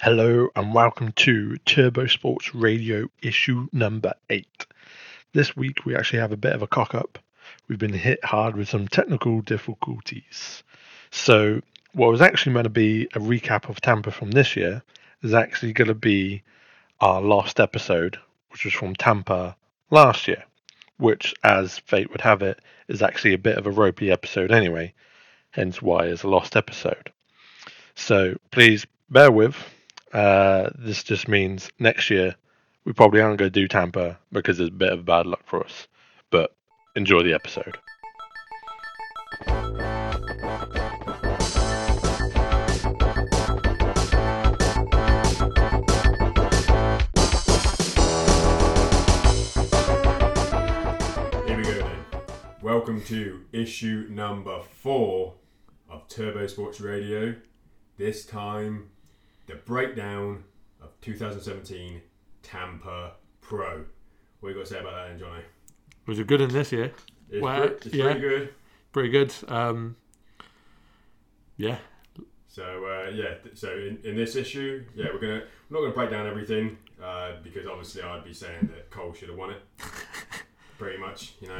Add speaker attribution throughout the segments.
Speaker 1: Hello and welcome to Turbo Sports Radio issue number eight. This week we actually have a bit of a cock up. We've been hit hard with some technical difficulties. So, what was actually meant to be a recap of Tampa from this year is actually going to be our last episode, which was from Tampa last year, which, as fate would have it, is actually a bit of a ropey episode anyway, hence why it's a lost episode. So, please bear with. Uh, this just means next year we probably aren't going to do Tampa because it's a bit of bad luck for us. But enjoy the episode.
Speaker 2: Here we go then. Welcome to issue number four of Turbo Sports Radio. This time, the breakdown of 2017 Tampa Pro. What you got to say about that, then, Johnny?
Speaker 3: was a good in this year.
Speaker 2: It's,
Speaker 3: Well,
Speaker 2: pre- it's
Speaker 3: yeah.
Speaker 2: pretty good.
Speaker 3: Pretty good. Um, yeah,
Speaker 2: So uh, yeah, th- so in, in this issue, yeah, we're gonna we're not gonna break down everything uh, because obviously I'd be saying that Cole should have won it, pretty much. You know,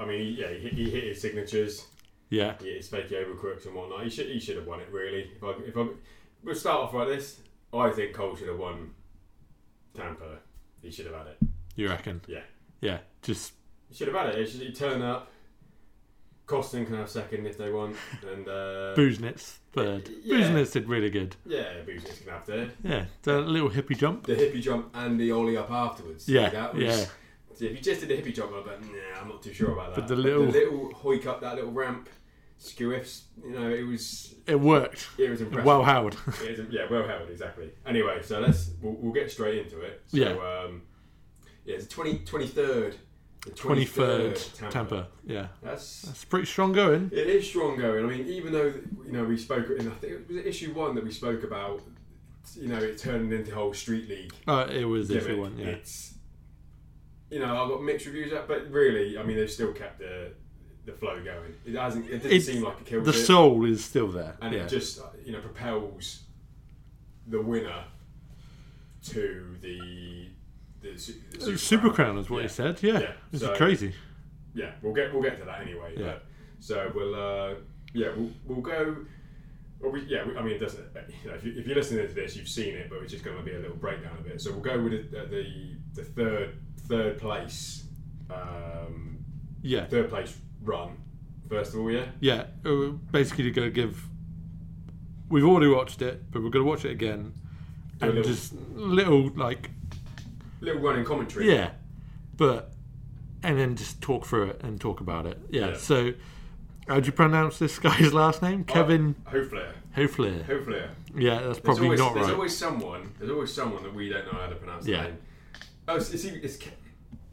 Speaker 2: I mean, yeah, he, he hit his signatures.
Speaker 3: yeah,
Speaker 2: Yeah, it's fake overcooks and whatnot. He should he should have won it really. If I if I we'll start off like this, I think Cole should have won Tampa. He should have had it.
Speaker 3: you reckon?
Speaker 2: Yeah.
Speaker 3: Yeah, just,
Speaker 2: He should have had it. He should he turn up. Costin can have second if they want, and uh,
Speaker 3: Booznitz third.
Speaker 2: Yeah.
Speaker 3: Booznitz did really good.
Speaker 2: yeah, Booznitz can have third.
Speaker 3: Yeah, the little hippie jump.
Speaker 2: The hippie jump and the ollie up afterwards.
Speaker 3: Yeah,
Speaker 2: that was,
Speaker 3: yeah.
Speaker 2: If you just did the hippie jump, I'd be like, nah, I'm not too sure about that.
Speaker 3: But the little-
Speaker 2: the little hoik up that little ramp, skewiffs. You know, it was
Speaker 3: It worked.
Speaker 2: it was impressive.
Speaker 3: Well, Howard.
Speaker 2: It is- yeah, well held, exactly. Anyway, so let's we'll, we'll get straight into it. So,
Speaker 3: Yeah.
Speaker 2: Um, yeah, it's the 20, 23rd. The
Speaker 3: 23rd Tampa. Yeah,
Speaker 2: That's
Speaker 3: that's pretty strong going.
Speaker 2: it is strong going. I mean, even though you know we spoke in I think it was issue one that we spoke about. You know, it turned into whole street league.
Speaker 3: Uh, it was if
Speaker 2: gimmick.
Speaker 3: you want, yeah.
Speaker 2: It's you know I've got mixed reviews, of it, but really, I mean, they've still kept the the flow going. It hasn't. It didn't
Speaker 3: It's-
Speaker 2: seem like it killed
Speaker 3: The
Speaker 2: it
Speaker 3: soul is still there.
Speaker 2: and
Speaker 3: yeah.
Speaker 2: it just uh, you know propels the winner to the the, su- the
Speaker 3: Super,
Speaker 2: Crown.
Speaker 3: crown is what
Speaker 2: Yeah.
Speaker 3: he said. Yeah,
Speaker 2: Yeah,
Speaker 3: this
Speaker 2: so-
Speaker 3: is crazy.
Speaker 2: Yeah, we'll get we'll get to that anyway.
Speaker 3: Yeah.
Speaker 2: But, so we'll uh, yeah we'll, we'll go. Well, we, yeah, we, I mean, it doesn't. uh, You know, if, you, if you're listening to this, you've seen it, but it's just going to be a little breakdown of it. So we'll go with the the, the third third place um,
Speaker 3: Yeah,
Speaker 2: third place run first of all. Yeah,
Speaker 3: yeah. uh, Basically, going to give. We've already watched it, but we're going to watch it again,
Speaker 2: Do a
Speaker 3: and
Speaker 2: little-
Speaker 3: just little like
Speaker 2: little running commentary.
Speaker 3: Yeah, but and then just talk through it and talk about it. Yeah.
Speaker 2: Yeah.
Speaker 3: So, how do you pronounce this guy's last name? Kevin
Speaker 2: hopefully,
Speaker 3: Hofler.
Speaker 2: hopefully.
Speaker 3: Yeah, that's
Speaker 2: There's
Speaker 3: probably
Speaker 2: always,
Speaker 3: not
Speaker 2: there's
Speaker 3: right.
Speaker 2: always someone. There's always someone that we don't know how to pronounce.
Speaker 3: Yeah.
Speaker 2: The name. Oh, it's, it's, it's, Ke-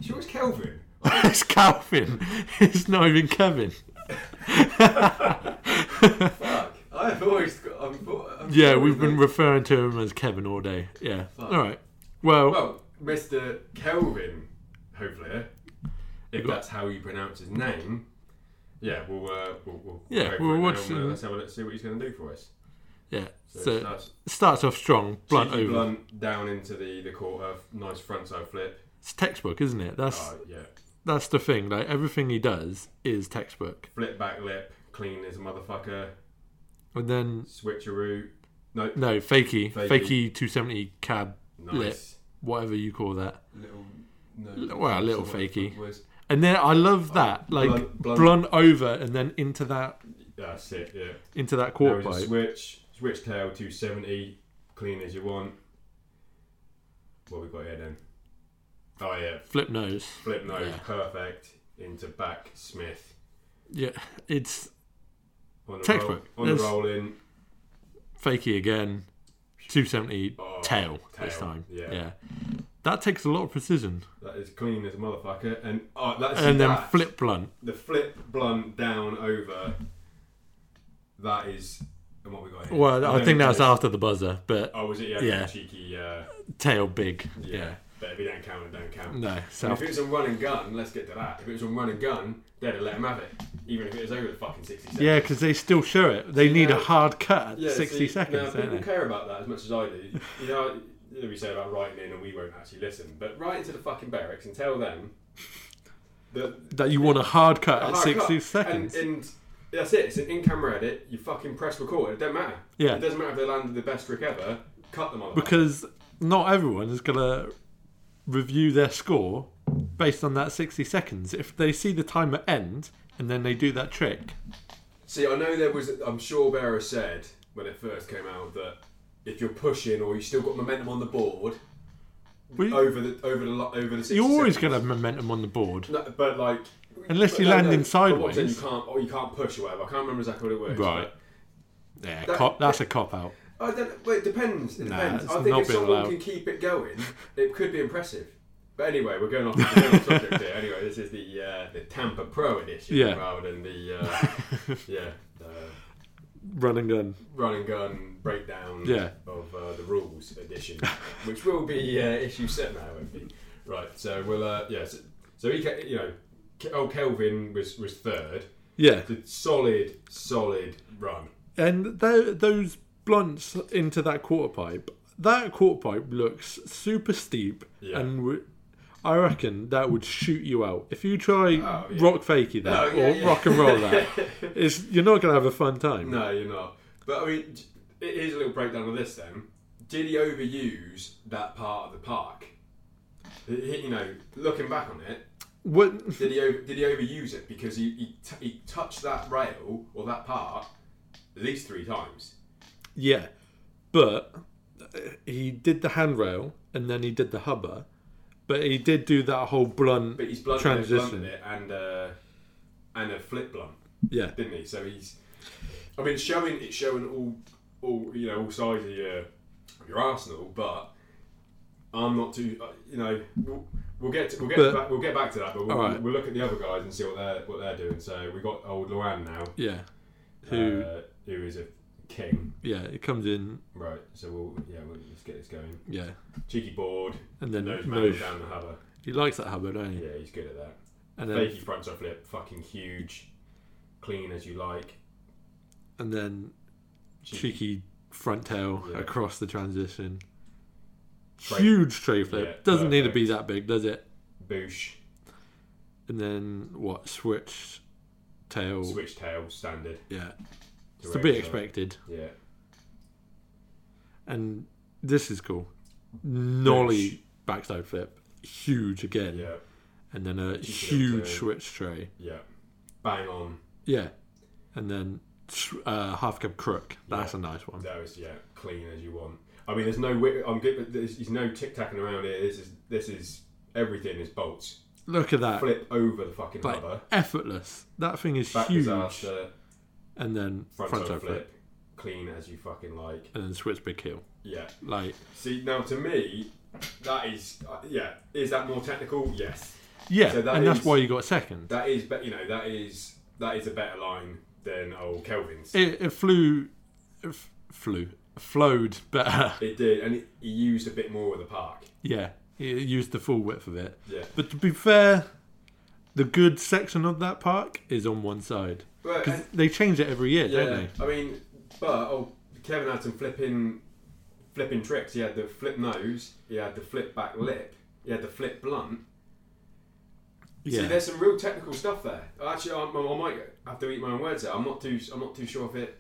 Speaker 2: sure it's Kelvin.
Speaker 3: it's Calvin. It's not even Kevin.
Speaker 2: Fuck. I've always. got- I've, i
Speaker 3: yeah, we've been referring to him as Kevin all day. Yeah. All right. Well,
Speaker 2: well, Mr. Kelvin. Hopefully, if
Speaker 3: got-
Speaker 2: that's how you pronounce his name. Yeah, we'll uh, we'll, we'll
Speaker 3: Yeah,
Speaker 2: go for
Speaker 3: we'll
Speaker 2: it now
Speaker 3: watch
Speaker 2: and, uh,
Speaker 3: the-
Speaker 2: Let's have a look, see what he's going to do for us.
Speaker 3: yeah.
Speaker 2: So,
Speaker 3: So
Speaker 2: that's
Speaker 3: starts off strong, blunt
Speaker 2: cheeky
Speaker 3: over.
Speaker 2: blunt down into the the quarter. Nice frontside flip.
Speaker 3: It's textbook, isn't it? That's
Speaker 2: Oh yeah,
Speaker 3: that's the thing. Like everything he does is textbook.
Speaker 2: flip back lip, clean as a motherfucker.
Speaker 3: And then
Speaker 2: Switcheroo. No,
Speaker 3: no, fakey,
Speaker 2: Fakey.
Speaker 3: fakey, two seventy cab
Speaker 2: nice.
Speaker 3: Lip. whatever you call that.
Speaker 2: little, no,
Speaker 3: L- well, a little
Speaker 2: so what the
Speaker 3: fakey.
Speaker 2: fuck was-
Speaker 3: And then I love that, like
Speaker 2: Uh, blunt-
Speaker 3: blunt,
Speaker 2: blunt.
Speaker 3: over and then into that
Speaker 2: That's it. Yeah.
Speaker 3: into that
Speaker 2: There
Speaker 3: quart
Speaker 2: was a
Speaker 3: pipe.
Speaker 2: switch, switch tail two seventy, clean as you want. What we got here then? Oh yeah,
Speaker 3: Flip nose.
Speaker 2: flip nose,
Speaker 3: Yeah.
Speaker 2: perfect into back Smith
Speaker 3: Yeah, it's
Speaker 2: on the
Speaker 3: Textbook.
Speaker 2: roll, on the
Speaker 3: There's-
Speaker 2: roll in.
Speaker 3: fakey again. 270
Speaker 2: Oh,
Speaker 3: tail, this
Speaker 2: tail,
Speaker 3: time.
Speaker 2: yeah.
Speaker 3: Yeah. That takes a lot of precision.
Speaker 2: That is clean as a motherfucker, and oh, that's
Speaker 3: and then
Speaker 2: that.
Speaker 3: flip blunt.
Speaker 2: the flip blunt down over. That is, and what we got here.
Speaker 3: Well, I
Speaker 2: don't
Speaker 3: think
Speaker 2: know
Speaker 3: that's
Speaker 2: if-
Speaker 3: after the buzzer, but
Speaker 2: Oh, was it? Yeah,
Speaker 3: Yeah.
Speaker 2: cheeky. Uh,
Speaker 3: tail big. Yeah.
Speaker 2: yeah, if he don't count, it don't count.
Speaker 3: No,
Speaker 2: And if
Speaker 3: South.
Speaker 2: it was a run and gun, let's get to that. If it was a run and gun, they'd have let him have it, even if it was over the fucking 60 seconds.
Speaker 3: Yeah, because they still show it. They
Speaker 2: See,
Speaker 3: need
Speaker 2: now-
Speaker 3: a hard cut at
Speaker 2: Yeah,
Speaker 3: 60
Speaker 2: see,
Speaker 3: seconds,
Speaker 2: Now, people
Speaker 3: don't they?
Speaker 2: care about that as much as I do. You know, you know, we say about writing in and we won't actually listen, but write into the fucking barracks and tell them that
Speaker 3: That you want a hard cut
Speaker 2: a
Speaker 3: at
Speaker 2: hard
Speaker 3: 60
Speaker 2: cut.
Speaker 3: seconds.
Speaker 2: And, and that's it. It's an in-camera edit. You fucking press record. It doesn't matter.
Speaker 3: Yeah.
Speaker 2: It doesn't matter if they landed the best trick ever. Cut them on
Speaker 3: because not everyone is going to review their score based on that 60 seconds. If they see the timer end and then they do that trick,
Speaker 2: See, I know there was. I'm sure Vera said when it first came out that if you're pushing or you have still got momentum on the board
Speaker 3: well, you-
Speaker 2: over the over the lo- over the. 60
Speaker 3: you're
Speaker 2: Oh,
Speaker 3: always
Speaker 2: seconds-
Speaker 3: going to have momentum on the board.
Speaker 2: No, but like,
Speaker 3: Unless
Speaker 2: but
Speaker 3: you
Speaker 2: no,
Speaker 3: land
Speaker 2: no,
Speaker 3: in
Speaker 2: but what I'm saying,
Speaker 3: sideways.
Speaker 2: you can't or you can't push or whatever. I can't remember exactly what it was.
Speaker 3: Right. Yeah,
Speaker 2: That-
Speaker 3: cop, that's a cop out.
Speaker 2: but I don't. Well, it depends. It
Speaker 3: Nah,
Speaker 2: depends.
Speaker 3: it's
Speaker 2: I think
Speaker 3: not
Speaker 2: if
Speaker 3: been
Speaker 2: someone
Speaker 3: allowed.
Speaker 2: can keep it going, it could be impressive. But anyway, we're going off, we're going off subject here. Anyway, this is the uh, the Tampa Pro edition
Speaker 3: Yeah.
Speaker 2: rather than the uh, yeah uh,
Speaker 3: Run and gun.
Speaker 2: run and gun breakdown
Speaker 3: Yeah.
Speaker 2: of uh, the rules edition, which will be uh, issue seven now, won't be. Right, so we'll uh, yeah, so, so he ca- you know, Ke- old Kelvin was was third.
Speaker 3: Yeah.
Speaker 2: Did solid, solid run.
Speaker 3: And tho- those blunts into that quarter pipe, that quarter pipe looks super steep
Speaker 2: Yeah.
Speaker 3: and w- I reckon that would shoot you out. If you try
Speaker 2: Oh, yeah.
Speaker 3: rock fakey
Speaker 2: Oh,
Speaker 3: that
Speaker 2: yeah,
Speaker 3: or
Speaker 2: yeah.
Speaker 3: rock and roll that, it's, you're not going to have a fun time.
Speaker 2: No, you're not. But I mean, j- here's a little breakdown of this then. Did he overuse that part of the park? He- he- you know, looking back on it,
Speaker 3: What,
Speaker 2: did he over, did he overuse it because he he, t- he touched that rail or that part at least three times?
Speaker 3: yeah, but uh, he did the handrail and then he did the hubba, but he did do that whole blunt.
Speaker 2: But he's blunted
Speaker 3: Transition.
Speaker 2: it, blunted it and uh, and a flip blunt,
Speaker 3: Yeah,
Speaker 2: didn't he? So he's, I mean, it's showing it's showing all all you know all sides of your of your arsenal, but I'm not too uh, you know. We'll, We'll get to, we'll get
Speaker 3: But-
Speaker 2: back, we'll get back to that, but we'll,
Speaker 3: All right.
Speaker 2: we'll look at the other guys and see what they're what they're doing. So we got old Luan now,
Speaker 3: yeah. Who?
Speaker 2: uh, who is a king,
Speaker 3: yeah, it comes in.
Speaker 2: right? So we'll yeah, we'll, let's get this going.
Speaker 3: Yeah,
Speaker 2: Cheeky board,
Speaker 3: and then
Speaker 2: nose
Speaker 3: no,
Speaker 2: man down the hover.
Speaker 3: he likes that hubba, don't he?
Speaker 2: Yeah, he's good at that.
Speaker 3: And then
Speaker 2: Fakey front side flip, fucking huge, clean as you like.
Speaker 3: and then
Speaker 2: Cheeky.
Speaker 3: cheeky front tail
Speaker 2: Yeah.
Speaker 3: across the transition.
Speaker 2: Tray-
Speaker 3: Huge tray flip.
Speaker 2: Yeah,
Speaker 3: Doesn't need to be that big, does it?
Speaker 2: Boosh,
Speaker 3: And then what? Switch tail.
Speaker 2: switch tail, standard.
Speaker 3: Yeah, Oh. it's to
Speaker 2: direct
Speaker 3: be
Speaker 2: side.
Speaker 3: expected.
Speaker 2: Yeah.
Speaker 3: And this is cool. Nolly backside flip. Huge again.
Speaker 2: Yeah.
Speaker 3: And then a
Speaker 2: Cheeky little
Speaker 3: huge
Speaker 2: tail.
Speaker 3: switch tray.
Speaker 2: Yeah. Bang on.
Speaker 3: Yeah. And then s- uh, half cab crook. That's a nice one.
Speaker 2: That was yeah, clean as you want. I mean, there's no. wi- I'm good. but There's, there's no tic tacking around here. This is this is everything is bolts.
Speaker 3: Look at that.
Speaker 2: Flip over the fucking
Speaker 3: Uh, Like
Speaker 2: rubber.
Speaker 3: effortless. That thing is
Speaker 2: Back
Speaker 3: huge.
Speaker 2: disaster.
Speaker 3: And then
Speaker 2: Front,
Speaker 3: front
Speaker 2: side
Speaker 3: flip.
Speaker 2: flip. Clean as you fucking like.
Speaker 3: And then switch big heel.
Speaker 2: Yeah.
Speaker 3: Like
Speaker 2: See now to me, that is uh, yeah. Is that more technical? Yes.
Speaker 3: Yeah,
Speaker 2: So that
Speaker 3: and
Speaker 2: is-
Speaker 3: that's why you got second.
Speaker 2: That is, but you know, that is that is a better line than old Kelvin's. It,
Speaker 3: It, it flew, it f- flew, flowed better.
Speaker 2: did, and it, he used a bit more of the park.
Speaker 3: Yeah, it used the full width of it.
Speaker 2: Yeah,
Speaker 3: But to be fair, the good section of that park is on one side
Speaker 2: but
Speaker 3: because they change it every year,
Speaker 2: yeah,
Speaker 3: don't
Speaker 2: I mean, but oh, Kevin had some flipping flipping tricks. He had the flip nose. He had the flip back lip. He had the flip blunt.
Speaker 3: they?
Speaker 2: See,
Speaker 3: Yeah,
Speaker 2: there's some real technical stuff there. Actually, I, I might have to eat my own words there. I'm not too. I'm not too sure if it.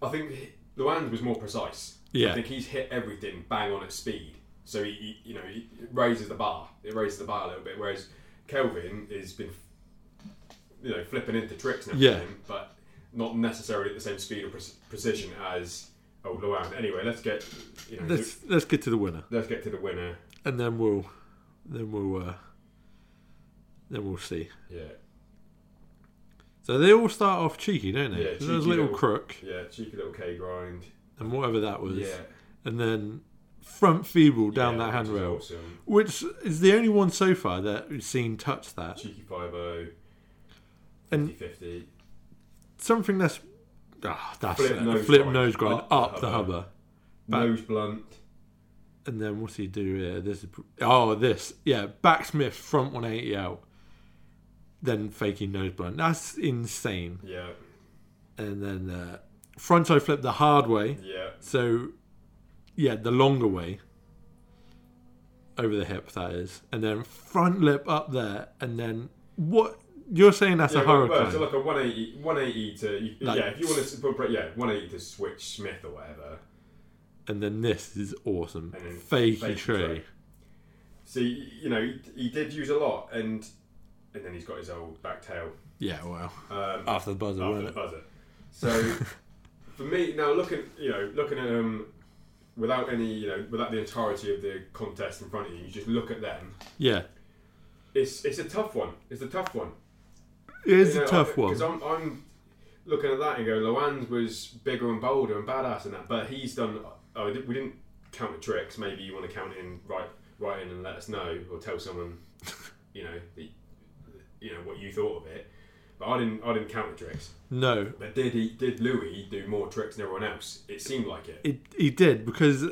Speaker 2: I think Luan was more precise.
Speaker 3: Yeah.
Speaker 2: I think he's hit everything bang on at speed. So he, he you know, he raises the bar. It raises the bar a little bit. Whereas Kelvin has been, you know, flipping into tricks now.
Speaker 3: Yeah.
Speaker 2: But not necessarily at the same speed or pre- precision as old Luan. Anyway, let's get. You know,
Speaker 3: let's let's get to the winner,
Speaker 2: let's get to the winner.
Speaker 3: and then we'll, then we'll, uh, then we'll see.
Speaker 2: Yeah.
Speaker 3: So they all start off cheeky, don't they?
Speaker 2: Yeah,
Speaker 3: There's a
Speaker 2: cheeky
Speaker 3: little
Speaker 2: little-
Speaker 3: crook
Speaker 2: Yeah. Cheeky little K grind.
Speaker 3: and whatever that was,
Speaker 2: Yeah.
Speaker 3: and then front feeble down
Speaker 2: Yeah,
Speaker 3: that
Speaker 2: which is
Speaker 3: handrail.
Speaker 2: awesome.
Speaker 3: Which is the only one so far that we've seen touch that.
Speaker 2: Cheeky oh, 5
Speaker 3: And-
Speaker 2: 50
Speaker 3: Something that's ah, that's
Speaker 2: Flip
Speaker 3: flip,
Speaker 2: nose
Speaker 3: flip
Speaker 2: grind.
Speaker 3: nose grind
Speaker 2: Up
Speaker 3: up,
Speaker 2: the
Speaker 3: the
Speaker 2: hubba.
Speaker 3: hubba. Back-
Speaker 2: Nose blunt.
Speaker 3: And then what's he do here? This is, oh, this. Yeah, backsmith front 180 out. Then faking nose blunt. That's insane.
Speaker 2: Yeah.
Speaker 3: And then uh, fronto flip the hard way.
Speaker 2: Yeah.
Speaker 3: So, yeah, the longer way over the hip that is, and then front lip up there, and then what you're saying that's
Speaker 2: yeah,
Speaker 3: a
Speaker 2: well,
Speaker 3: hurricane.
Speaker 2: well, so like a 180, 180 to you,
Speaker 3: Like-
Speaker 2: yeah. If you want to put put- yeah 180 to switch Smith or whatever.
Speaker 3: and then this is awesome.
Speaker 2: And then
Speaker 3: Fakey
Speaker 2: fakey
Speaker 3: tree.
Speaker 2: tree. See, you know, he, he did use a lot, and and then he's got his old back tail.
Speaker 3: Yeah, well,
Speaker 2: Um,
Speaker 3: after the buzzer,
Speaker 2: after
Speaker 3: wasn't
Speaker 2: the
Speaker 3: it?
Speaker 2: buzzer. So for me now, looking you know looking at them without any you know without the entirety of the contest in front of you, you just look at them.
Speaker 3: Yeah,
Speaker 2: It's it's a tough one. It's a tough one.
Speaker 3: it is a tough one.
Speaker 2: because I'm, I'm looking at that and going, Loan's was bigger and bolder and badass and that, but he's done. Oh, we didn't count the tricks. Maybe you want to count in right, write in and let us know, or tell someone, you know, the, you know what you thought of it. But I didn't. I didn't count the tricks.
Speaker 3: No,
Speaker 2: But did he? Did Louis do more tricks than everyone else? It seemed like it.
Speaker 3: it, he did because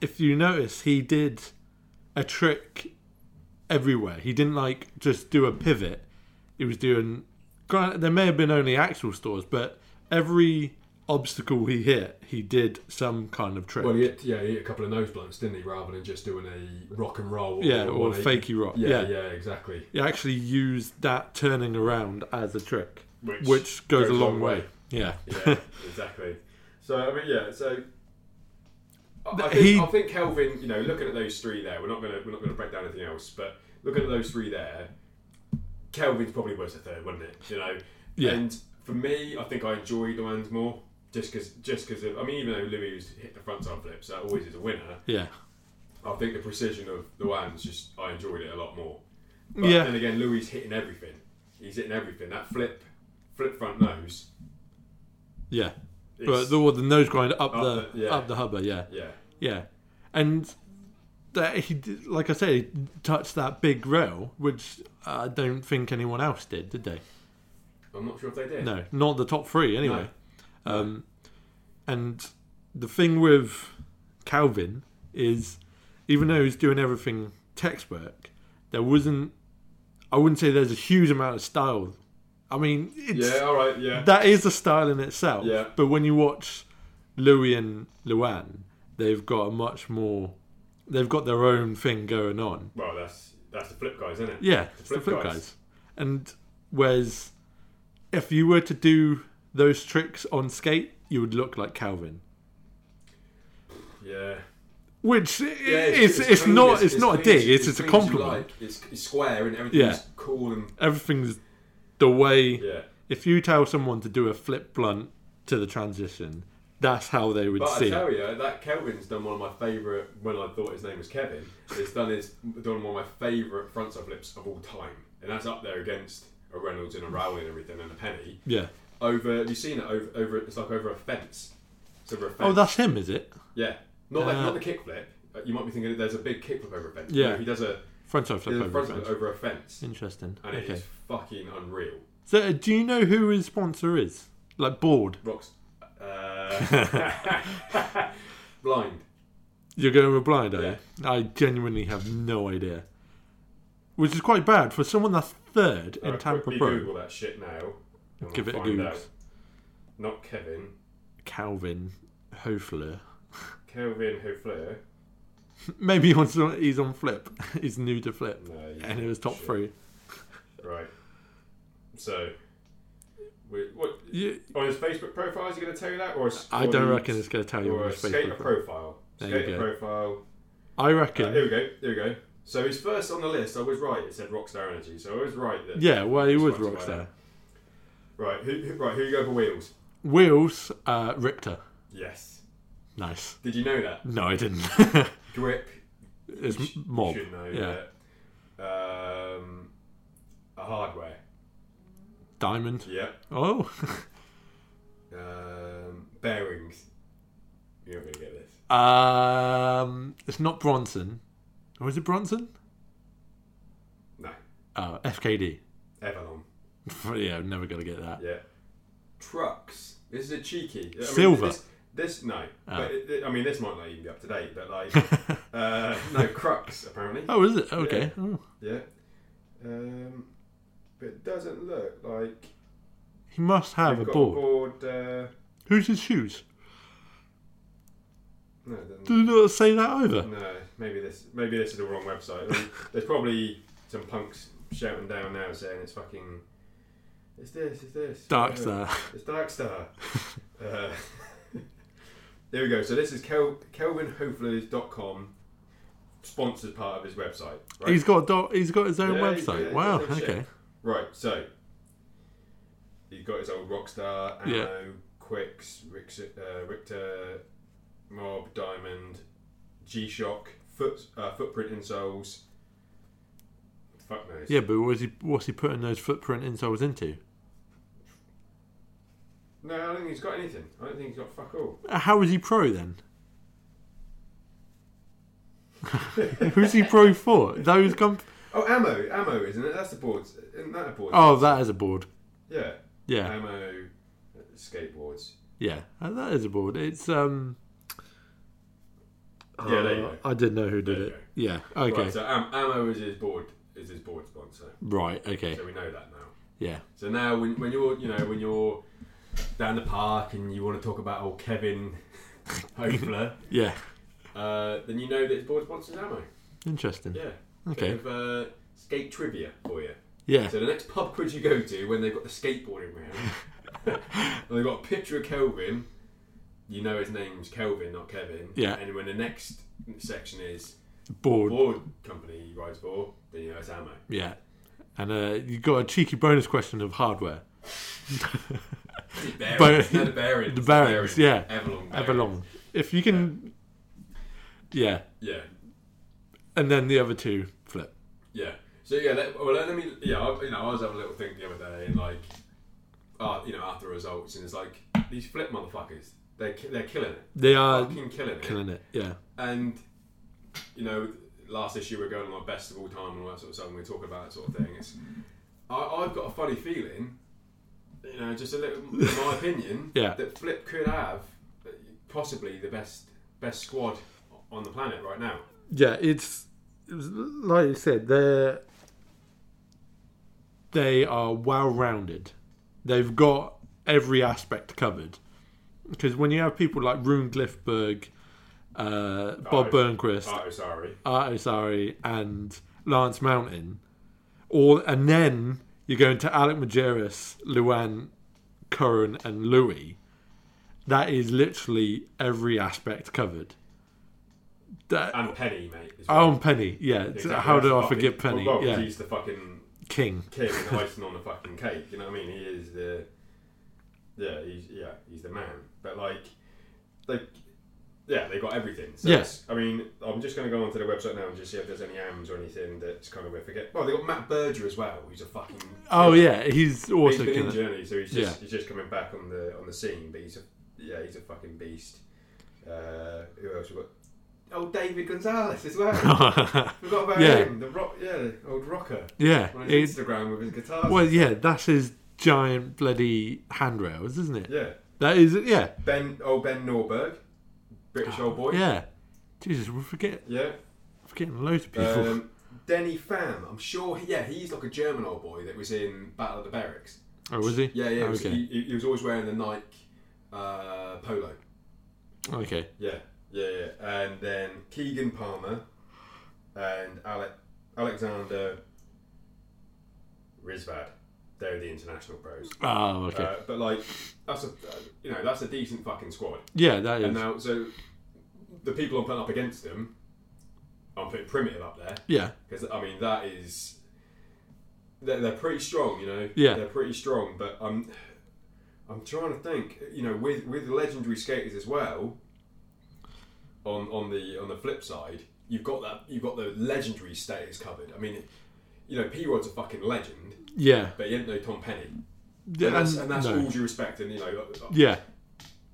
Speaker 3: if you notice, he did a trick everywhere. He didn't like just do a pivot. He was doing. granted, There may have been only actual stores, but every obstacle he hit, he did some kind of trick.
Speaker 2: Well, he hit, yeah, he hit a couple of nose blunts, didn't he? Rather than just doing a rock and roll.
Speaker 3: yeah, or
Speaker 2: one eight-
Speaker 3: fakey rock.
Speaker 2: Yeah,
Speaker 3: yeah.
Speaker 2: yeah, exactly.
Speaker 3: He actually used that turning around as a trick,
Speaker 2: Which
Speaker 3: which, goes, a long, way. Yeah.
Speaker 2: yeah, exactly. So I mean, yeah. So I I
Speaker 3: But
Speaker 2: think,
Speaker 3: he-
Speaker 2: I think Kelvin, you know, looking at those three there, we're not gonna we're not gonna break down anything else, but looking at those three there, Kelvin's probably was a third, wasn't it? You know,
Speaker 3: Yeah.
Speaker 2: And for me, I think I enjoyed Luann's more just because just because I mean, even though Louis was hit the front side flips, that always is a winner.
Speaker 3: yeah.
Speaker 2: I think the precision of Luann's just I enjoyed it a lot more. But
Speaker 3: Yeah.
Speaker 2: then again, Louis hitting everything. He's hitting everything. That flip, flip front nose.
Speaker 3: Yeah.
Speaker 2: it's-
Speaker 3: But the, or the nose grind up,
Speaker 2: Up
Speaker 3: the,
Speaker 2: the- yeah.
Speaker 3: up the hubba, yeah.
Speaker 2: yeah.
Speaker 3: Yeah. And that he did, like I said, he touched that big rail, which I don't think anyone else did, did they?
Speaker 2: I'm not sure if they did.
Speaker 3: No, not the top three anyway. Um, and the thing with Calvin is, even though he's doing everything textbook, there wasn't. I wouldn't say there's a huge amount of style. I mean, it's,
Speaker 2: Yeah, all right, yeah.
Speaker 3: that is a style in itself.
Speaker 2: Yeah.
Speaker 3: But when you watch Louis and Luann, they've got a much more. They've got their own thing going on.
Speaker 2: Well, that's that's the flip guys, isn't it?
Speaker 3: Yeah, it's the flip guys. And whereas if you were to do those tricks on skate, you would look like Calvin.
Speaker 2: Yeah.
Speaker 3: Which i
Speaker 2: yeah
Speaker 3: it's, it's,
Speaker 2: things-
Speaker 3: not it's, not a
Speaker 2: things-
Speaker 3: dig, it's, it's a
Speaker 2: things you
Speaker 3: compliment.
Speaker 2: like. It's, it's square and everything's
Speaker 3: Yeah.
Speaker 2: cool and
Speaker 3: Everything's the way
Speaker 2: yeah.
Speaker 3: if you tell someone to do a flip blunt to the transition, that's how they would
Speaker 2: But I
Speaker 3: see it.
Speaker 2: tell you, that Kelvin's done one of my favourite. When I thought his name was Kevin, he's done his done one of my favourite frontside flips of all time, and that's up there against a Reynolds and a Rowley and everything and a Penny.
Speaker 3: Yeah.
Speaker 2: Over, have you seen it? Over, over it's like over a fence. It's over a fence.
Speaker 3: Oh, that's him, is it?
Speaker 2: Yeah, not like,
Speaker 3: Uh,
Speaker 2: not the kickflip. Uh, You might be thinking there's a big kickflip over a fence.
Speaker 3: Yeah.
Speaker 2: No, he does a,
Speaker 3: Front side
Speaker 2: he
Speaker 3: flip
Speaker 2: does a
Speaker 3: over.
Speaker 2: front
Speaker 3: fence.
Speaker 2: flip over a fence,
Speaker 3: Interesting.
Speaker 2: and it
Speaker 3: okay.
Speaker 2: is fucking unreal.
Speaker 3: So, uh, do you know who his sponsor is? Like board.
Speaker 2: Rocks. Uh, blind.
Speaker 3: You're going with blind, are you? I genuinely have no idea. Which is quite bad for someone that's third in
Speaker 2: Alright,
Speaker 3: Tampa
Speaker 2: quickly
Speaker 3: Pro.
Speaker 2: Google that shit now. and we'll
Speaker 3: Give it a
Speaker 2: find
Speaker 3: Google.
Speaker 2: out. Not Kevin.
Speaker 3: Calvin Hofler.
Speaker 2: Kelvin Hofleur.
Speaker 3: Maybe he wants to- he's on flip. he's new to flip.
Speaker 2: No. you-
Speaker 3: And it was top
Speaker 2: shit.
Speaker 3: three.
Speaker 2: Right. So. We, what,
Speaker 3: You,
Speaker 2: on his Facebook profile, is he going to tell you that? Or a s-
Speaker 3: I
Speaker 2: or
Speaker 3: don't
Speaker 2: the-
Speaker 3: reckon it's going to tell you
Speaker 2: Or
Speaker 3: on
Speaker 2: a
Speaker 3: his
Speaker 2: skater
Speaker 3: Facebook. pro-
Speaker 2: profile.
Speaker 3: There you
Speaker 2: Skater
Speaker 3: go.
Speaker 2: profile.
Speaker 3: I
Speaker 2: Uh,
Speaker 3: reckon.
Speaker 2: here we go. Here we go. So he's first on the list. I was right. It said Rockstar Energy. So I was right. That,
Speaker 3: yeah, well, he
Speaker 2: He's
Speaker 3: was
Speaker 2: sponsored by
Speaker 3: Rockstar.
Speaker 2: Right. Who, who- right. Who you go for wheels?
Speaker 3: Wheels, uh, Richter.
Speaker 2: Yes.
Speaker 3: Nice.
Speaker 2: Did you know that?
Speaker 3: No, I didn't.
Speaker 2: Grip.
Speaker 3: it's
Speaker 2: you sh- you
Speaker 3: mob.
Speaker 2: should know
Speaker 3: yeah.
Speaker 2: that. Um, a hardware.
Speaker 3: Diamond.
Speaker 2: Yeah.
Speaker 3: Oh.
Speaker 2: Um, bearings. You're not gonna get this.
Speaker 3: um, it's not Bronson. Or is it Bronson?
Speaker 2: No.
Speaker 3: Oh, FKD.
Speaker 2: Avalon.
Speaker 3: yeah, I'm never going to get that.
Speaker 2: Yeah. Trucks. This is a cheeky. I mean,
Speaker 3: Silver.
Speaker 2: this- This no,
Speaker 3: Oh.
Speaker 2: but it, it- I mean this might not even be up to date. But like, uh, no Crux apparently.
Speaker 3: oh, is it? Okay. Oh.
Speaker 2: Yeah, um, but it doesn't look like
Speaker 3: He must have
Speaker 2: we've
Speaker 3: a
Speaker 2: got
Speaker 3: board.
Speaker 2: board, uh,
Speaker 3: Who's his shoes?
Speaker 2: no, it doesn't-
Speaker 3: Do they not say that either?
Speaker 2: no, maybe this maybe this is the wrong website. I mean, there's probably some punks shouting down now saying it's fucking. It's this. It's this.
Speaker 3: Dark
Speaker 2: uh,
Speaker 3: Star.
Speaker 2: It's Darkstar. uh, there we go. So this is Kel- KelvinHoflers.com, sponsored part of his website. Right,
Speaker 3: He's got a doc, he's got his own
Speaker 2: Yeah, he's got-
Speaker 3: website.
Speaker 2: he's
Speaker 3: wow.
Speaker 2: got his own shit.
Speaker 3: Okay.
Speaker 2: right so he's got his old Rockstar, Ammo,
Speaker 3: Yeah.
Speaker 2: Quicks, Rix, uh, Richter, Mob, Diamond, G-Shock, foot, uh, Footprint Insoles. Fuck knows.
Speaker 3: Yeah, but was he what's he putting those footprint insoles into?
Speaker 2: No, I don't think he's got anything. I don't think he's got fuck all.
Speaker 3: Uh, How is he pro then? Who's he pro for? Those comp-
Speaker 2: Oh, ammo, ammo, isn't it? That's the boards. Isn't that a board?
Speaker 3: Oh, that is a board.
Speaker 2: Yeah.
Speaker 3: Yeah,
Speaker 2: ammo, uh, skateboards.
Speaker 3: yeah, Uh, that is a board. It's um.
Speaker 2: Yeah, there you
Speaker 3: uh,
Speaker 2: go.
Speaker 3: I did know who did
Speaker 2: There you
Speaker 3: it.
Speaker 2: go.
Speaker 3: Yeah. Okay.
Speaker 2: Right,
Speaker 3: Right,
Speaker 2: so am- ammo is his board is his board sponsor,
Speaker 3: Okay.
Speaker 2: so we know that now.
Speaker 3: Yeah.
Speaker 2: So now when, when you're you know when you're down the park and you want to talk about old Kevin Hofler,
Speaker 3: Yeah.
Speaker 2: uh, then you know that his board sponsor is ammo.
Speaker 3: Interesting.
Speaker 2: Yeah.
Speaker 3: Okay.
Speaker 2: Bit of, uh, skate trivia for you.
Speaker 3: Yeah.
Speaker 2: So the next pub quiz you go to when they've got the skateboarding round and they've got a picture of Kelvin, you know his name's Kelvin, not Kevin.
Speaker 3: Yeah.
Speaker 2: And when the next section is
Speaker 3: Board.
Speaker 2: board company he rides for, then you know it's ammo.
Speaker 3: Yeah. And uh, you got a cheeky bonus question of hardware.
Speaker 2: Bearings,
Speaker 3: But-
Speaker 2: no, the bearings.
Speaker 3: the bearings, yeah.
Speaker 2: Avalon. bearings.
Speaker 3: Everlong. If you can. Yeah.
Speaker 2: Yeah,
Speaker 3: And then the other two flip.
Speaker 2: yeah. So yeah, let, well let me. Yeah, I, you know, I was having a little think the other day, and like, uh, you know, after results, and it's like these flip motherfuckers. They're ki- they're killing it.
Speaker 3: They are
Speaker 2: Fucking killing it.
Speaker 3: Mm-hmm. killing it. Yeah.
Speaker 2: And you know, last issue we we're going on our best of all time and all that sort of stuff. and we We're talking about that sort of thing. It's, I, I've got a funny feeling. You know, just a little, in my opinion,
Speaker 3: Yeah.
Speaker 2: that Flip could have possibly the best best squad on the planet right now.
Speaker 3: Yeah. It's. It was, like you said, they're. They are well rounded. They've got every aspect covered. Because when you have people like Rune Glifberg, uh, Bob
Speaker 2: Oh.
Speaker 3: Burnquist,
Speaker 2: Oh, sorry.
Speaker 3: Art Osari and Lance Mountain, all and then you're going to Alec Majerus, Luan Curran, and Louis. That is literally every aspect covered. That,
Speaker 2: And Penny, mate. as well.
Speaker 3: oh, and Penny, yeah.
Speaker 2: Exactly,
Speaker 3: How
Speaker 2: that's
Speaker 3: do I
Speaker 2: fucking-
Speaker 3: forget Penny?
Speaker 2: Well, well,
Speaker 3: yeah,
Speaker 2: he's the fucking
Speaker 3: King.
Speaker 2: king, the icing on the fucking cake. You know what I mean? He is the yeah, he's yeah, he's the man. But like, like yeah, they got everything. So
Speaker 3: Yeah.
Speaker 2: it's- I mean, I'm just going to go onto the website now and just see if there's any AMs or anything that's kind of we forget. Well, they got Matt Berger as well. He's a fucking
Speaker 3: Oh yeah, he's
Speaker 2: He's
Speaker 3: also
Speaker 2: been in
Speaker 3: killer.
Speaker 2: journey, so he's just
Speaker 3: Yeah.
Speaker 2: he's just coming back on the on the scene. But he's a yeah, he's a fucking beast. Uh, who else we got? Oh, David Gonzalez as well. Forgot about
Speaker 3: Yeah.
Speaker 2: him. The rock, yeah, old rocker
Speaker 3: yeah,
Speaker 2: on his
Speaker 3: it's,
Speaker 2: Instagram with his guitar.
Speaker 3: well yeah, that's his giant bloody handrails, isn't it?
Speaker 2: yeah,
Speaker 3: That is yeah,
Speaker 2: Ben, oh Ben Norberg, British old Oh, boy.
Speaker 3: yeah. Jesus, we're forget,
Speaker 2: yeah.
Speaker 3: forgetting loads of people.
Speaker 2: Um, Denny Pham, I'm sure. He, yeah, he's like a German old boy that was in Battle of the Barracks.
Speaker 3: oh, was he?
Speaker 2: Yeah, yeah.
Speaker 3: Oh,
Speaker 2: he was-
Speaker 3: okay.
Speaker 2: he, he was always wearing the Nike uh, polo.
Speaker 3: Okay.
Speaker 2: Yeah, yeah, yeah. And then Keegan Palmer and Alec, Alexander Rizvad. They're the international pros.
Speaker 3: Oh, okay.
Speaker 2: Uh, but like, that's a uh, you know that's a decent fucking squad.
Speaker 3: yeah, that is.
Speaker 2: And now, so the people I'm putting up against them, I'm putting primitive up there
Speaker 3: yeah,
Speaker 2: because I mean that is they're, they're pretty strong, you know.
Speaker 3: Yeah.
Speaker 2: they're pretty strong. But I'm I'm trying to think, you know, with with legendary skaters as well. On on the on the flip side, you've got that you've got the legendary status covered. I mean, you know, P Rod's a fucking legend,
Speaker 3: yeah,
Speaker 2: but he ain't no Tom Penny.
Speaker 3: yeah.
Speaker 2: and that's, and that's
Speaker 3: no.
Speaker 2: all due respect, and you know, uh,
Speaker 3: Yeah,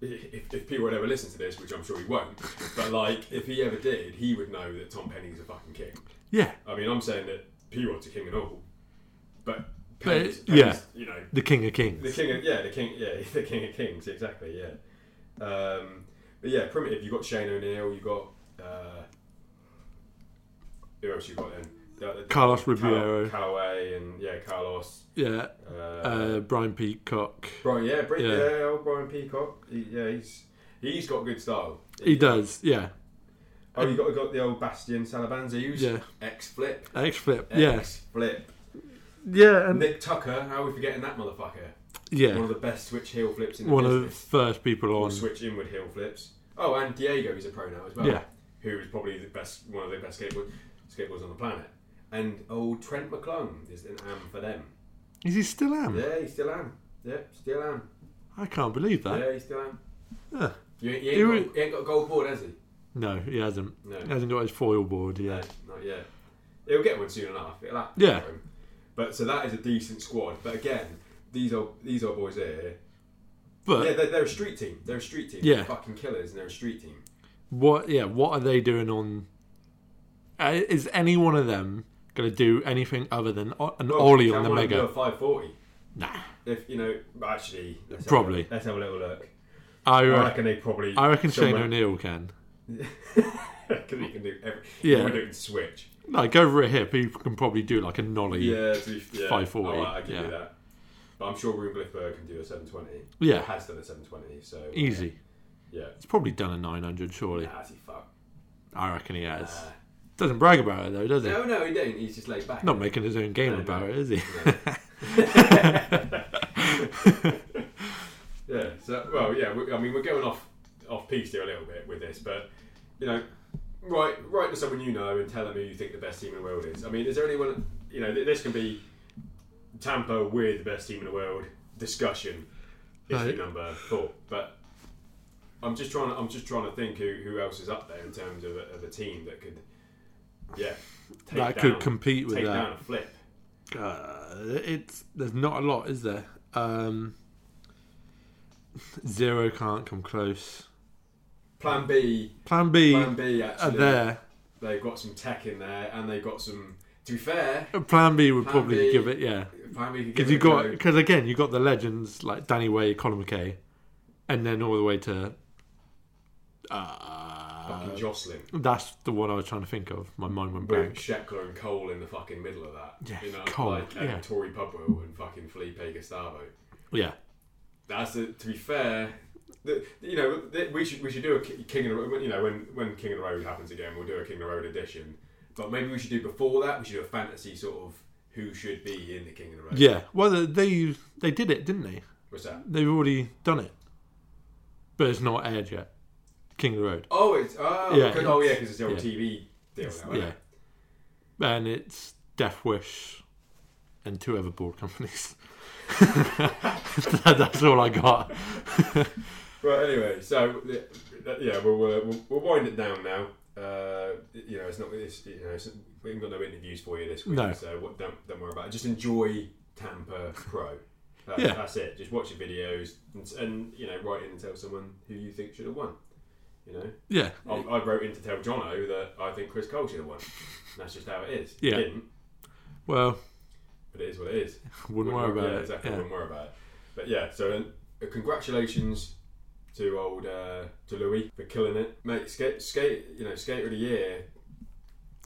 Speaker 2: if, if P Rod ever listens to this, which I'm sure he won't, but like if he ever did, he would know that Tom Penny's a fucking king.
Speaker 3: yeah.
Speaker 2: I mean, I'm saying that P Rod's a king and all, but
Speaker 3: But
Speaker 2: Penny's,
Speaker 3: it-
Speaker 2: Penny's, you know,
Speaker 3: The King of
Speaker 2: the
Speaker 3: Kings.
Speaker 2: king of yeah, the king yeah, the king of kings exactly yeah. Um, But yeah, primitive. You got Shane O'Neill. You got uh, who else? You got then The- the-
Speaker 3: Carlos
Speaker 2: Cal-
Speaker 3: Ribeiro.
Speaker 2: Callaway, and yeah, Carlos.
Speaker 3: Yeah,
Speaker 2: Uh,
Speaker 3: uh, Brian Peacock.
Speaker 2: Brian, yeah, Bri-
Speaker 3: yeah.
Speaker 2: yeah. old Brian Peacock. He, yeah, he's he's got good style.
Speaker 3: He does. Yeah,
Speaker 2: Oh, you got got the old Bastian Salabanza. Who's
Speaker 3: Yeah.
Speaker 2: ex Flip.
Speaker 3: X Flip. Yeah,
Speaker 2: Ex Flip.
Speaker 3: yeah, and
Speaker 2: Nick Tucker. How are we forgetting that motherfucker? One
Speaker 3: yeah.
Speaker 2: of the best switch heel flips in the
Speaker 3: One of the
Speaker 2: business.
Speaker 3: first people
Speaker 2: Or
Speaker 3: on.
Speaker 2: switch inward heel flips. Oh, and Diego, he's a pro now as well.
Speaker 3: Yeah.
Speaker 2: Who is probably the best, one of the best skateboard, skateboards on the planet. And old Trent McClung is an am for them.
Speaker 3: Is he still am?
Speaker 2: Yeah, he still am. Yeah, still am.
Speaker 3: I can't believe that.
Speaker 2: Yeah, he still am.
Speaker 3: Huh.
Speaker 2: You, he,
Speaker 3: He
Speaker 2: ain't
Speaker 3: was-
Speaker 2: got, he ain't got a gold board, has he?
Speaker 3: No, he hasn't.
Speaker 2: No.
Speaker 3: He hasn't got his foil board
Speaker 2: No,
Speaker 3: yet.
Speaker 2: not yet. He'll get one soon enough. It'll happen.
Speaker 3: Yeah.
Speaker 2: for him. But so that is a decent squad. But again, these old these old boys here.
Speaker 3: But
Speaker 2: yeah, they're, they're a street team. They're a street team.
Speaker 3: Yeah.
Speaker 2: They're fucking killers, and they're a street team.
Speaker 3: what? Yeah, what are they doing on? Uh, is any one of them going to do anything other than o-
Speaker 2: Oh,
Speaker 3: an ollie on the mega?
Speaker 2: Five forty.
Speaker 3: Nah,
Speaker 2: If you know, actually, let's have a
Speaker 3: Probably.
Speaker 2: look. let's have a little look.
Speaker 3: I,
Speaker 2: I
Speaker 3: re-
Speaker 2: reckon they probably.
Speaker 3: I reckon Shane
Speaker 2: someone-
Speaker 3: O'Neill can.
Speaker 2: I reckon he can do every.
Speaker 3: Yeah.
Speaker 2: Yeah, can switch.
Speaker 3: Like over a hip, he can probably do like a nollie.
Speaker 2: Yeah, to be, yeah.
Speaker 3: 540,
Speaker 2: All right, I can
Speaker 3: yeah.
Speaker 2: do that. But I'm sure Ruben Blifberg can do a seven twenty.
Speaker 3: Yeah.
Speaker 2: has done a seven twenty. So uh,
Speaker 3: Easy.
Speaker 2: Yeah,
Speaker 3: It's probably done a 900, surely.
Speaker 2: nah, he fuck.
Speaker 3: I reckon he has.
Speaker 2: Uh,
Speaker 3: Doesn't brag about it though, does he?
Speaker 2: No, no, he don't. He's just laid back.
Speaker 3: Not making his own game
Speaker 2: No, no.
Speaker 3: about it, is he?
Speaker 2: Yeah. So, well, yeah. We, I mean, we're going off off piece here a little bit with this, but you know, write write to someone you know and tell them who you think the best team in the world is. I mean, is there anyone? You know, th- this can be Tampa with the best team in the world discussion issue
Speaker 3: Right.
Speaker 2: number four, but. I'm just trying. To, I'm just trying to think who, who else is up there in terms of a, of a team that could, yeah, take down,
Speaker 3: That could compete with
Speaker 2: take
Speaker 3: that.
Speaker 2: down a flip.
Speaker 3: Uh, it's there's not a lot, is there? Um, zero can't come close.
Speaker 2: Plan B,
Speaker 3: Plan B
Speaker 2: Plan B
Speaker 3: are
Speaker 2: actually.
Speaker 3: there.
Speaker 2: They've got some tech in there, and they've got some. To be fair,
Speaker 3: Plan B would
Speaker 2: Plan
Speaker 3: probably
Speaker 2: B.
Speaker 3: give it, yeah,
Speaker 2: plan B could give
Speaker 3: because
Speaker 2: it
Speaker 3: you
Speaker 2: a
Speaker 3: got
Speaker 2: go.
Speaker 3: because again you got the legends like Danny Way, Colin McKay, and then all the way to.
Speaker 2: fucking
Speaker 3: Uh,
Speaker 2: Jocelyn
Speaker 3: that's the one I was trying to think of. My mind went
Speaker 2: with
Speaker 3: blank.
Speaker 2: Shekler and Cole in the fucking middle of that.
Speaker 3: Yeah,
Speaker 2: you know,
Speaker 3: Cole,
Speaker 2: like and
Speaker 3: yeah.
Speaker 2: Tory Pubwell and fucking Felipe Gustavo.
Speaker 3: Yeah,
Speaker 2: That's the, to be fair. The, you know, the, we should we should do a Ki- King of the Road. You know, when when King of the Road happens again, we'll do a King of the Road edition. But maybe we should do before that. We should do a fantasy sort of who should be in the King of the Road.
Speaker 3: yeah. Well, they they did it, didn't they?
Speaker 2: What's that?
Speaker 3: They've already done it, but it's not aired yet. King of the Road.
Speaker 2: Oh, it's oh
Speaker 3: Yeah,
Speaker 2: 'cause- oh
Speaker 3: it's-
Speaker 2: yeah, because it's the old
Speaker 3: yeah.
Speaker 2: TV deal. Now, isn't it?
Speaker 3: Yeah. And it's Death Wish and two other board companies. That- That's all I got.
Speaker 2: Right. Anyway, so uh, yeah, we'll, uh, we'll we'll wind it down now. Uh, you know, it's not it's, you know it's, we haven't got no interviews for you this week,
Speaker 3: No.
Speaker 2: so what, don't don't worry about it. Just enjoy Tampa Pro. That,
Speaker 3: Yeah.
Speaker 2: that's it. Just watch your videos and, and you know write in and tell someone who you think should have won. You know,
Speaker 3: Yeah.
Speaker 2: I, I wrote in to tell Jono that I think Chris Cole should have won. And that's just how it is.
Speaker 3: Yeah.
Speaker 2: He didn't,
Speaker 3: Well,
Speaker 2: but it is what it is.
Speaker 3: wouldn't worry about
Speaker 2: yeah,
Speaker 3: it.
Speaker 2: Exactly,
Speaker 3: Yeah.
Speaker 2: wouldn't worry about it. But yeah, so then, uh, congratulations to old uh, to Louis for killing it, mate. Skate, skate, you know, skater of the year.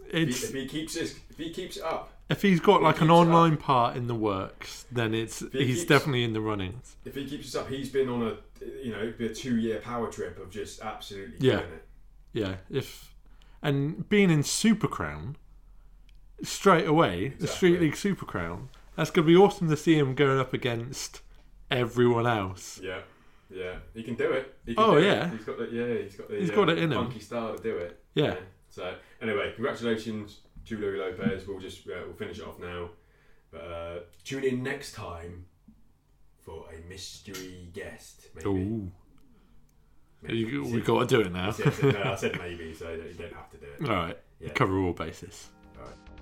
Speaker 2: If he,
Speaker 3: It's
Speaker 2: if he keeps this, if he keeps it up,
Speaker 3: if he's got like an
Speaker 2: keeps up-
Speaker 3: online part in the works, then it's
Speaker 2: he
Speaker 3: he's
Speaker 2: keeps-
Speaker 3: definitely in the runnings.
Speaker 2: if he keeps this up, he's been on a, you know, it'd be a two-year power trip of just absolutely
Speaker 3: Yeah.
Speaker 2: killing it.
Speaker 3: Yeah. If and being in Super Crown straight away, the Street
Speaker 2: Exactly.
Speaker 3: League Super Crown, that's gonna be awesome to see him going up against everyone else.
Speaker 2: Yeah, yeah, he can do it. He can
Speaker 3: Oh,
Speaker 2: do it.
Speaker 3: yeah.
Speaker 2: he's got the yeah, he's got the uh,
Speaker 3: He's got it in him.
Speaker 2: funky style to do it.
Speaker 3: Yeah.
Speaker 2: So anyway, congratulations to Louis Lopez. We'll just uh, we'll finish it off now. But uh, tune in next time for a mystery guest. Maybe.
Speaker 3: Ooh.
Speaker 2: Maybe.
Speaker 3: You,
Speaker 2: See,
Speaker 3: we gotta do it uh, now.
Speaker 2: see, I said- no, I said maybe, so you don't have to do it.
Speaker 3: All right.
Speaker 2: Yeah.
Speaker 3: Cover all bases.
Speaker 2: All right.